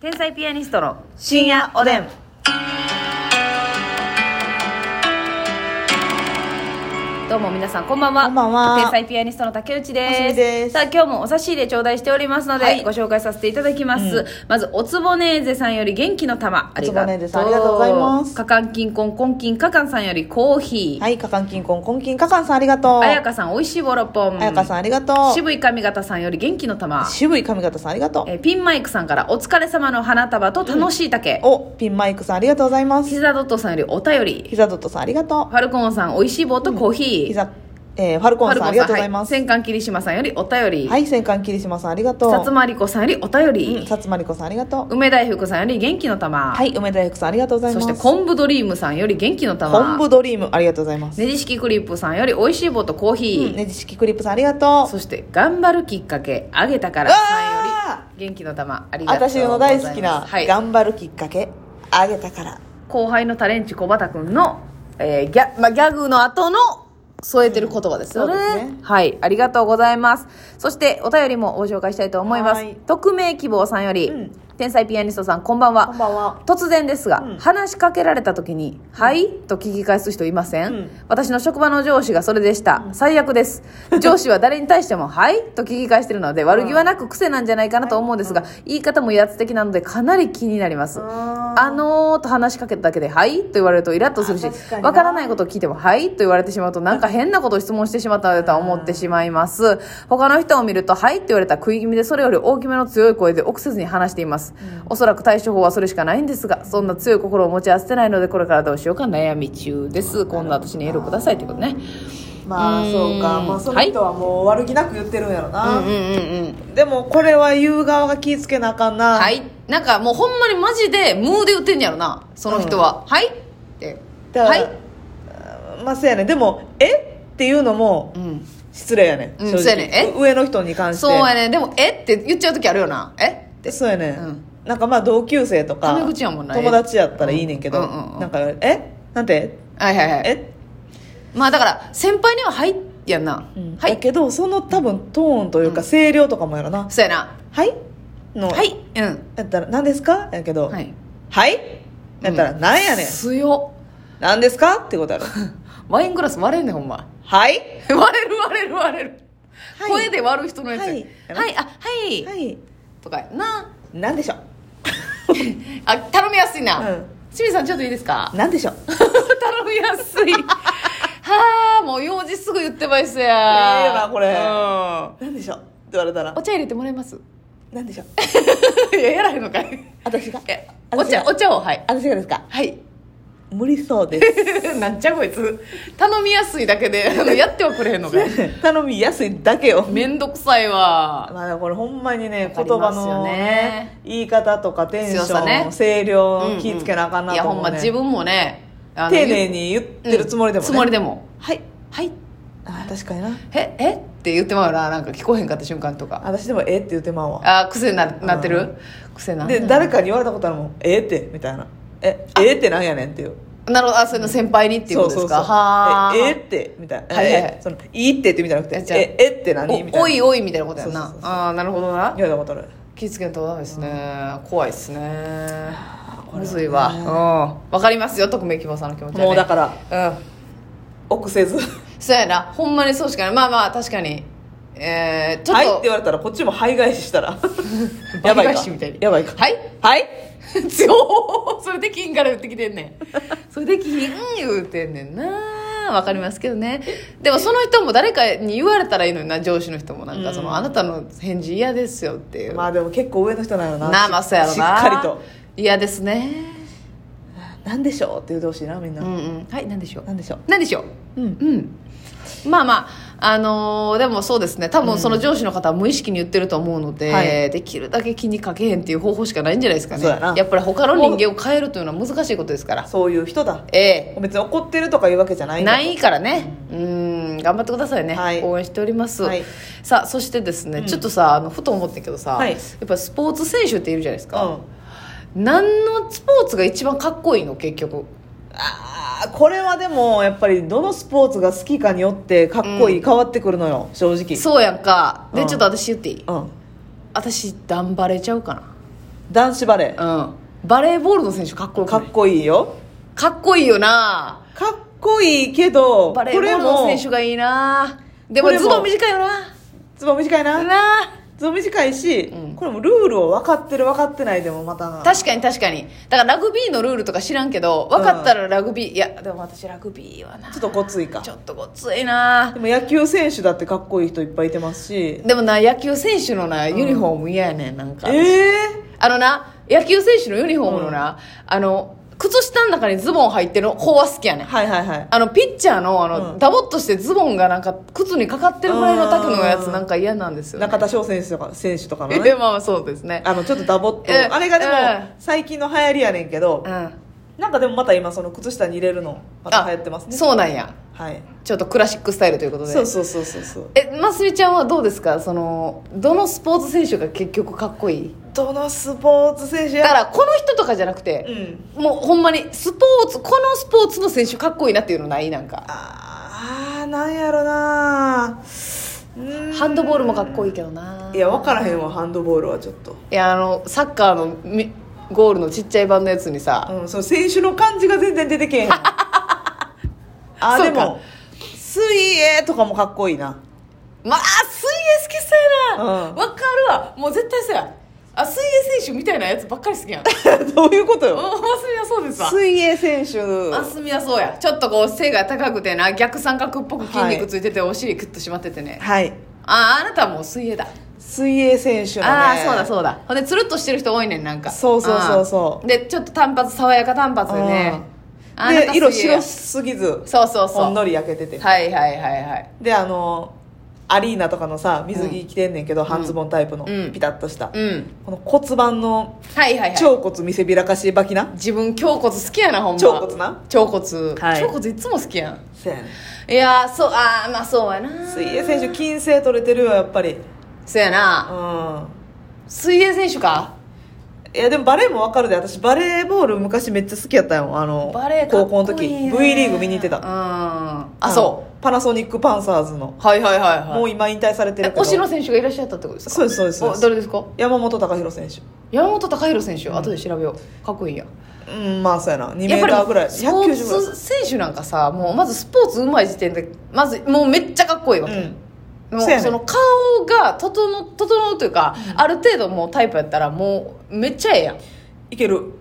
天才ピアニストの深夜おでん。どうも皆さんこんばんは。こんばんは天才ピアニストの竹内ますでみす。ですさあ今日もお差し入れ頂戴しておりますので、はいご紹介させていただきます。うんまずおつぼねーぜさんより元気の玉ありがとう。おつぼねーぜさんありがとうございますかかんきんこんこんきんかかんさんよりコーヒー。はい、かかんきんこんこんきんかかんさんありがとう。あやかさんおいしいボロポン。あやかさんありがとう。渋い髪型さんより元気の玉。渋い髪型さんありがとう。えーピンマイクさんからお疲れ様の花束と楽しい竹。お、ピンマイクさんありがとうございまひす。ざドットさんよりお便り。ひざととさんありがとファルコンさん、美味しい棒とコーヒう。ー。ひざ、えー、ファルフコァンルコさんンありがとうございます。戦艦霧島さんよりお便り。はい、戦艦霧島さんありがとう。さつまりこさんよりお便うんり。さつまりこさんありがとう。梅大福さんより元気の玉。はい、梅田ゆくさんありがとうございまそす。して昆布ドリームさんより元気の玉。昆布ドリームありがとうございます。ねじ式クリップさんより美味しい棒とコーヒうんー。ねじ式クリップさんありがとう。そして、頑張るきっかけ、あげたからさんより元気の玉。ありがとうご私ざいます。の大好きな、はい。頑張るきっかけ、あげたから。後輩のタレンチ小畑君の、えーギャまあ、ギャグの後の添えてる言葉ですよね,、うんそうですねはいありがとうございますそしてお便りもご紹介したいと思いまはすい匿名希望さんより、うん天才ピアニストさんこんばんはこんばんは突然ですが、うん話しかけられた時に「はい?」と聞き返す人いません、うん私の職場の上司がそれでした、最悪 です上司は誰に対しても「はい?」と聞き返してるので悪気はなく癖なんじゃないかなと思うんですが、言い方も威圧的なのでかなり気になりますああのーと話しかけただけで「はい?」と言われるとイラッとするしあ確かになわからないことを聞いても「はい?」と言われてしまうとなんか変なことを質問してしまったのでとは思ってしまいます他の人を見ると「はい?」と言われたら食い気味でそれより大きめの強い声で臆せずに話しています、おそらく対処法はそれしかないんですがそんな強い心を持ち合わせてないのでこれからどうしようか悩み中ですこんな私にエールをくださいということねまあうんそうか、まあ、その人はもう悪気なく言ってるんやろうんな、うんうんうんでもこれは言う側が気ぃつけなあかんな、はいなんかもうほんまにマジでムーで言ってんやろなその人は「はい?」って「だかはらい?」まあそうやねでも「えっ?」ていうのもうん失礼やね、うん正直そうやねえ上の人に関してそうやねでも「えっ?」て言っちゃう時あるよな「えねそうやね、うんなんかまあ同級生とかタメ口やもんな友達やったらいいねんけど、うんうんうんなんか「えなんてはいはいはいえまあだから先輩には「はい」やんな「はだいけどその多分トーンというか声量とかもやろな」そうやな「はい?」の「はい」うんやったら「何ですか?」やけど「はいはいやったら「なんやねん強っ何ですか?」って ことやろワイングラス割れんねんほんま はい割れる割れる割れるはい声で割る人のやつはいはいあはいはい。とかやななんでしょう。あ頼みやすいなうん清水さんちょっといいです かなんでしょう。頼みやすいはあもう用事すぐ言ってまいっすやええわこれうんなんでしょう。って言われたらお。茶入れてもらえますなんでしょう。いややらへんのかい私が。えお私茶がお茶をはい私がですか。はい無理そうです。 なんちゃこいつ頼みやすいだけであのやってはくれへんのか い頼みやすいだけよ。めんどくさいわまあ、これほんまにね、わか言りま葉すよのねね、言い方とかテンシ強さョねン、声量うんう、ん気ぃつけなあかんないやとほん思まうね。自分もねあの丁寧に言ってるつもりでもうんつもりでね。もはい。はいあ確かにな。ええって言ってまうよななんか聞こえへんかった瞬間とか私でもええって言ってまうわ。あ癖にななってる癖なんで、だ誰かに言われたことあるもん。ええって、みたいな。え、ええってなんやねんっていう。なるほどあそれの先輩にっていうことですかはあええってみたいな、はいはいはいえそのいいってってみたいなくてえじゃあええって何みたいなおおいおいみたいなことやんなそうそうそうそああなるほどな言われたことある気ぃつけんとダメですね、怖いですねこれはむねずいわうんわかりますよ匿名希望さんの気持ちはねもうだからうん臆せずそうやなほんまにそうしかないまあまあ確かにえー、 「ちょっはい」とって言われたらこっちも「はい返し」し たらやば倍い返かしみたいにやばいかはいはい 強っそれできひんから言ってきてんねんそれできひん言うてんねんなわかりますけどねでもその人も誰かに言われたらいいのにな上司の人もなんかその、うんあなたの返事嫌ですよっていう、まあでも結構上の人なのななあまあそうやろなしっかりと嫌ですね「なんでしょう」って言ってほしいなみんな、うなん、んうんはい何でしょうでしょう何でしょううんうんまあまああのーでもそうですね多分その上司の方は無意識に言ってると思うので、はいできるだけ気にかけへんっていう方法しかないんじゃないですかねそうやなっぱり他の人間を変えるというのは難しいことですからそういう人だえ別に怒ってるとかいうわけじゃなえいんだないからねうん頑張ってくださいね、はい応援しております、はいさあそしてですね、ちょっとさあのふと思ってんけどさ、はいやっぱスポーツ選手っているじゃないですうんか、何のスポーツが一番かっこいいの結局あーこれはでもやっぱりどのスポーツが好きかによってかっこいい変わってくるのよ正直そうやんかで、うんちょっと私言っていいうん私頑張れちゃうかな男子バレうんバレーボールの選手かっこよーくなかいっこいいよかっこいいよなかっこいいけどバレーボーこれルのも選手がいいなでもこれもズボン短いよなズボン短いななあズボン短いし、うんこれもルールを分かってる分かってないでもまたな確かに確かにだからラグビーのルールとか知らんけど分かったらラグビー、いやでも私ラグビーはなちょっとごついかちょっとごっついなでも野球選手だってかっこいい人いっぱいいてますしでもな野球選手のなユニフォーム嫌やねんなんか、えあのな野球選手のユニフォームのな、あの靴下の中にズボン入ってる方は好きやねー、んはいはいはいあのピッチャーのあの、うんダボっとしてズボンがなんか靴にかかってるぐらいの丈のやつなんか嫌なんですよ、ね、中田翔選手とか選手とかの えねまあそうですねあのちょっとダボっえとあれがでもえ最近の流行りやねんけどうんあなんかでもまた今その靴下に入れるのまた流行ってますねそうなんやはいちょっとクラシックスタイルということでそうそうそうそうそうえますみちゃんはどうですかそのどのスポーツ選手が結局かっこいいどのスポーツ選手だかやらこの人とかじゃなくて、うんもうほんまにスポーツこのスポーツの選手かっこいいなっていうのないなんかあーなんやろなうーんハンドボールもかっこいいけどないや分からへんわハンドボールはちょっといやあのサッカーのみゴールのちっちゃい版のやつにさ、うん、その選手の感じが全然出てけえへ んあそでうかも水泳とかもかっこいいな まあ水泳好きそうやなうんわ、かるわもう絶対そうやあ水泳選手みたいなやつばっかり好 きやんうんどういうことますよみはそうですわ水泳選手ますみはそうやちょっとこう背が高くてな逆三角っぽく筋肉ついてて、お尻クッと締まっててねはいああなたはもう水泳だ、水泳選手のねああそうだそうだほんでつるっとしてる人多いねんなんかそうそうそうそうんでちょっと単発爽やか単発でねうんあなたで色水泳白すぎずそうそうそほうんはのり焼けてていはいはいはいであのアリーナとかのさ水着着てんねんけど、半ズボンタイプの、うんピタッとした、うんこの骨盤のはいはいはい 腸骨見せびらかしばきな自分胸骨好きやなほんま腸骨な腸骨、はい腸骨いつも好きやんそうやねいやーそうあーまあそうやな水泳選手金星取れてるよやっぱりうんそうやな水泳選手かいやでもバレーもわかるで私バレーボール昔めっちゃ好きやったよあのバレーか高っこい校いの時ね V リーグ見に行ってたうんあそうパナソニックパンサーズのうはいはいはいはいもう今引退されてるえけど推しの選手がいらっしゃったってことですかそうですそうですそうおです誰ですか山本貴弘選手山本貴弘選手、後で調べようかっこいいやうんまあそうやな2やメっータぱーぐらいりスポーツ選手なんかさもうまずスポーツうまい時点でまずもうめっちゃかっこいいわぐらけ、いうんもそうやうねその顔が整う整うというか、ある程度もうタイプやったらもうめっちゃええやんいいける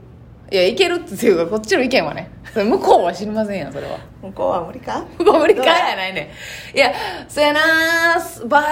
やいけるっていうかこっちの意見はねそれ向こうは知りませんやんそれは向こうは無理かご めん理解やないね んいやそやなーバ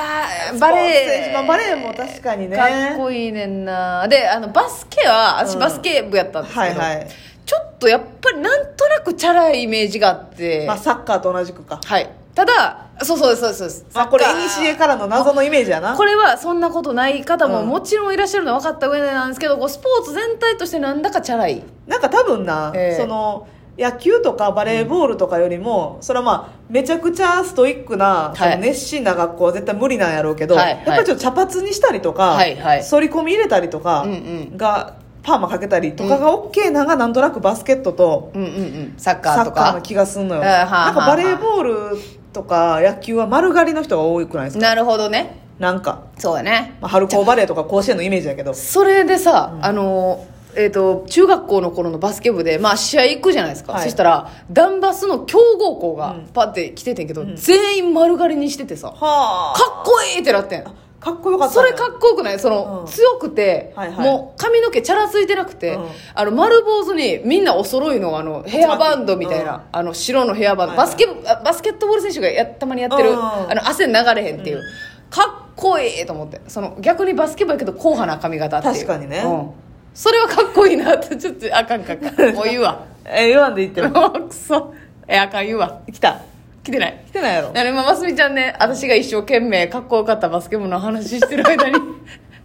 ーバレスポーツ選手ーまあバレーも確かにねかっこいいねんなであのバスケは私うんバスケ部やったんですけど、はいはいちょっとやっぱりなんとなくチャラいイメージがあって、まあサッカーと同じくかはいただそうそうですそうですそうですまあこれサッいカーにしえからの謎のイメージやなこれはそんなことない方もうんもちろんいらっしゃるのは分かった上でなんですけど、こうスポーツ全体としてなんだかチャラいなんか多分な、ええその野球とかバレーボールとかよりも、それはまあめちゃくちゃストイックな、いその熱心な学校は絶対無理なんやろうけど、はいはいやっぱりちょっと茶髪にしたりとか、はいはい反り込み入れたりとかうんうんが、パーマかけたりとかが OK なんがなんとなくバスケットとうんうんうんサッカサーとッカーのか気がすんのよ、ええはあはあなんかバレーボールとか野球は丸刈りの人が多くないですかなるほどねなんか、そうだねまあ、春高バレーとか甲子園のイメージやけどそれでさ、あのえー、と中学校の頃のバスケ部で、まあ、試合行くじゃないですか、はいそしたらダンバスの強豪校がパッて来ててんけど、全員丸刈りにしててさ、かはっこいいってなってんかっこよかったそれっかっこよくないその、うん強くて、はいはいもう髪の毛チャラついてなくて、うんあの丸坊主にみんなお揃いのあのヘアバンドみたいな、うんあの白のヘアバンド、はいはいバスケあバスケットボール選手がやたまにやってる、うんあの汗流れへんっていう、かっこいいと思ってその逆にバスケ部やけど硬派な髪型っていう確かにねうんそれはかっこいいなってちょっとあかんかんかんもう言うわ え言わんでいいってももうくそえあかん言うわ来た来てない来てないやろあの今ますみちゃんね私が一生懸命かっこよかったバスケ部の話してる間に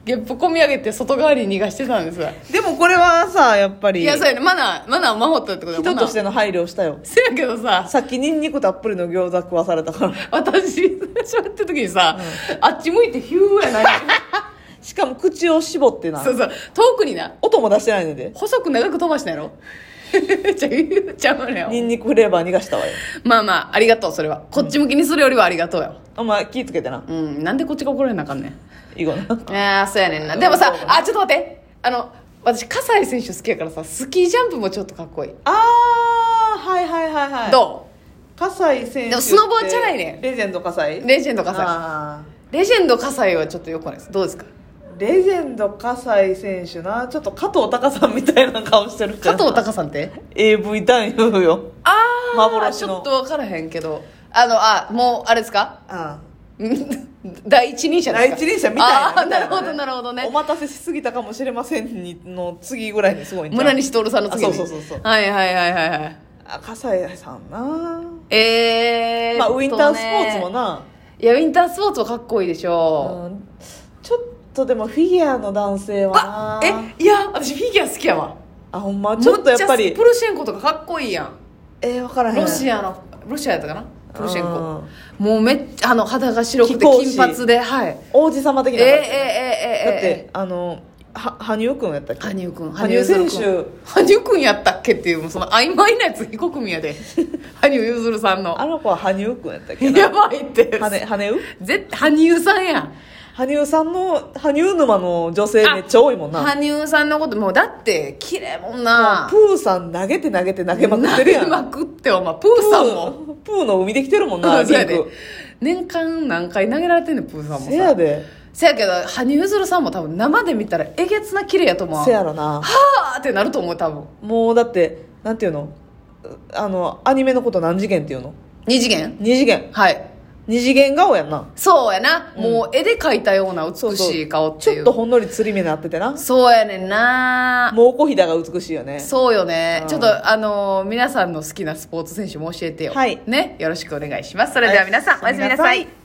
ゲップ込み上げて外側に逃がしてたんですわでもこれはさやっぱいりやそうやねマナーマナーを守ったってこと人としてての配慮をしたよせやけどささっきニンニクたっぷりの餃子食わされたから私喋ってる時にさ、あっち向いてヒューやないしかも口を絞ってなそうそう遠くにな音も出してないので細く長く飛ばしたやろじゃあ言うちゃうのよニンニクフレーバー逃がしたわよまあまあありがとうそれはこっち向きにするよりはありがとうよお前気ぃつけてなうんなんでこっちが怒られなあかんねん以後なああそうやねんなでもさあちょっと待ってあの私葛西選手好きやからさスキージャンプもちょっとかっこいい、ああはいはいはいはいど葛西選手でもスノボーじゃないねレジェンド葛西うレジェンド葛あ西レジェンド葛西はちょっとよくないですどうですかーレジェンド葛西選手なちょっと加藤隆さんみたいな顔してる加から藤隆さんって AV 男優よああ幻のちょっと分からへんけどあのあもうあれですか あうん第一人者ですか第一人者みたいなあーなるほどなるほどねお待たせしすぎたかもしれませんにの次ぐらいにすごいんちゃう村西徹さんの次にあそうそうそうそうはいはいはいはいはいあ葛西さんなえー、まあ、ウィンタースポーツもなな、いやウィンタースポーツはかっこいいでしょうんちょっとでもフィギュアの男性はあなえいや私フィギュア好きやわあほんまちょっとやっぱむちゃりプルシェンコとかかっこいいやんえー、分からへんロシアのロシアやったかなプルシェンうんコもうめっちゃあの肌が白くて貴公子金髪ではい王子様え的ー、なえー、えー、えー、感じ、だっえてあのは羽生くんやったっーけ羽生くん羽生結弦選君羽生くんやったっけっていうもうその曖昧なやつ非国民や で羽生結弦さんのあの子は羽生くんやったっけなやばいって羽羽生絶対羽生さんやん羽生さんの羽生沼の女性めっちゃ多いもんなもう羽生さんのこともうだって綺麗もんなプーさん投げて投げて投げまくってるや投んげまくってお前プーさんもプープーの海できてるもんな そうリやンでク年間何回投げられてんねんプーさんもせやさでせやけど羽生結弦さんも多分生で見たらえげつな綺麗やと思うせやろなはーってなると思う多分もうだってなんていうのうあのアニメのこと何次元っていうの二次元二次元はい二次元顔やんなそうやな、もう絵で描いたような美しい顔ってちいょうっとほんのりつり目なっててなそうやねんなもうこひだが美しいよねそうよね、うんちょっとあのー皆さんの好きなスポーツ選手も教えてよ、はいねよろしくお願いしますそれでは皆さん、はいおやすみなさおやすみないさい